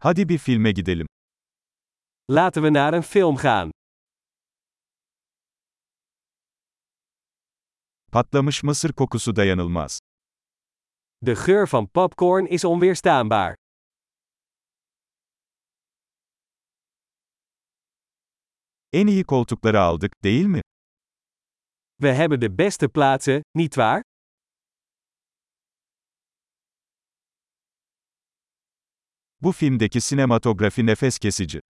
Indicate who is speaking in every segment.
Speaker 1: Hadi bir filme gidelim.
Speaker 2: Laten we naar een film gaan.
Speaker 1: Patlamış mısır kokusu dayanılmaz.
Speaker 2: De geur van popcorn is onweerstaanbaar.
Speaker 1: En iyi koltukları aldık, değil mi?
Speaker 2: We hebben de beste plaatsen, niet waar?
Speaker 1: Bu filmdeki sinematografi nefes kesici.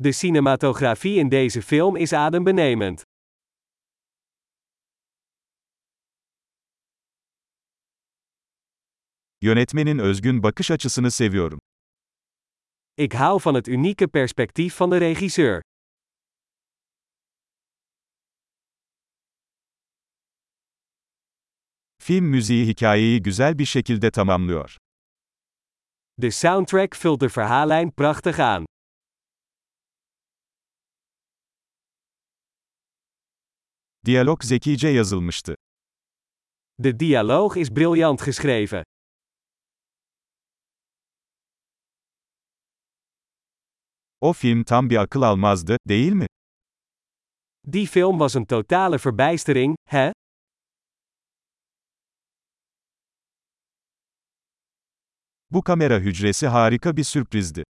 Speaker 2: De cinematografie in deze film is adembenemend.
Speaker 1: Yönetmenin özgün bakış açısını seviyorum.
Speaker 2: Ik hou van het unieke perspectief van de regisseur.
Speaker 1: Film müziği hikayeyi güzel bir şekilde tamamlıyor.
Speaker 2: De soundtrack vult de verhaallijn prachtig aan.
Speaker 1: Diyalog zekice yazılmıştı.
Speaker 2: De dialoog is briljant geschreven.
Speaker 1: O film tam bir akıl almazdı, değil mi?
Speaker 2: Die film was een totale verbijstering, hè?
Speaker 1: Bu kamera hücresi harika bir sürprizdi.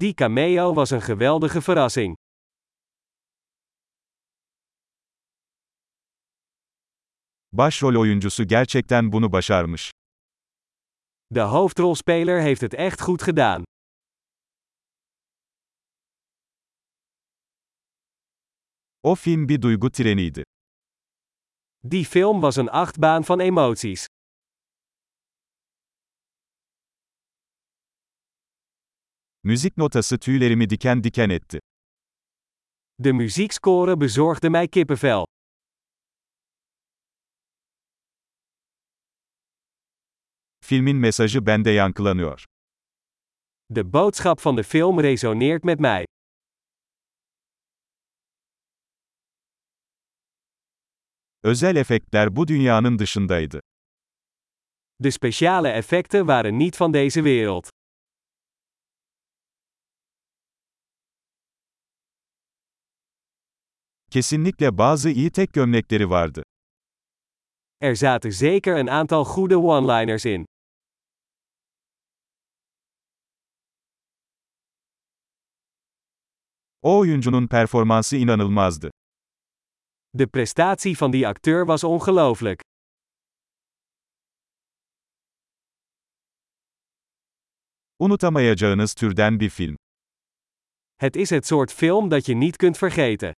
Speaker 2: Die cameo was een geweldige verrassing.
Speaker 1: Başrol oyuncusu gerçekten bunu başarmış.
Speaker 2: De hoofdrolspeler heeft het echt goed gedaan.
Speaker 1: O film bir duygu treniydi.
Speaker 2: Die film was een achtbaan van emoties.
Speaker 1: Müzik notası tüylerimi diken diken etti.
Speaker 2: De muziekscore bezorgde mij kippenvel.
Speaker 1: Filmin mesajı bende yankılanıyor.
Speaker 2: De boodschap van de film resoneert met mij.
Speaker 1: Özel efektler bu dünyanın dışındaydı.
Speaker 2: De speciale effecten waren niet van deze wereld.
Speaker 1: Kesinlikle bazı iyi tek gömlekleri vardı.
Speaker 2: Er zaten zeker een aantal goede one-liners in.
Speaker 1: O oyuncunun performansı inanılmazdı.
Speaker 2: De prestatie van die acteur was ongelooflijk.
Speaker 1: Unutamayacağınız türden bir film.
Speaker 2: Het is het soort film dat je niet kunt vergeten.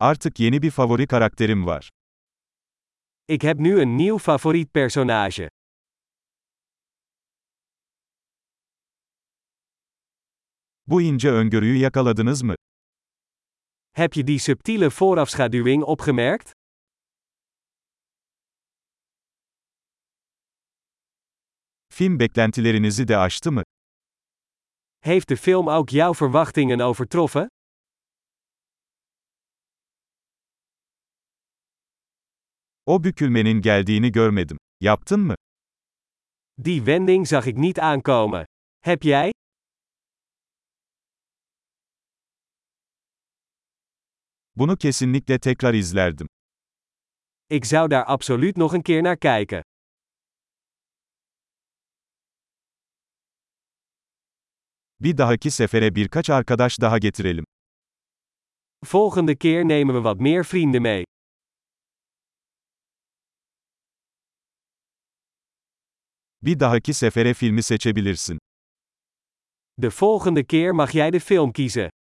Speaker 1: Artık yeni bir favori karakterim var.
Speaker 2: Ik heb nu een nieuw favoriet personage.
Speaker 1: Bu ince öngörüyü yakaladınız mı?
Speaker 2: Heb je die subtiele voorafschaduwing opgemerkt?
Speaker 1: Film beklentilerinizi de aştı mı?
Speaker 2: Heeft de film ook jouw verwachtingen overtroffen?
Speaker 1: O bükülmenin geldiğini görmedim. Yaptın mı?
Speaker 2: Die wending zag ik niet aankomen. Heb jij?
Speaker 1: Bunu kesinlikle tekrar izlerdim.
Speaker 2: Ik zou daar absoluut nog een keer naar kijken.
Speaker 1: Bir dahaki sefere birkaç arkadaş daha getirelim.
Speaker 2: Volgende keer nemen we wat meer vrienden mee.
Speaker 1: Bir dahaki sefere filmi seçebilirsin.
Speaker 2: De volgende keer mag jij de film kiezen.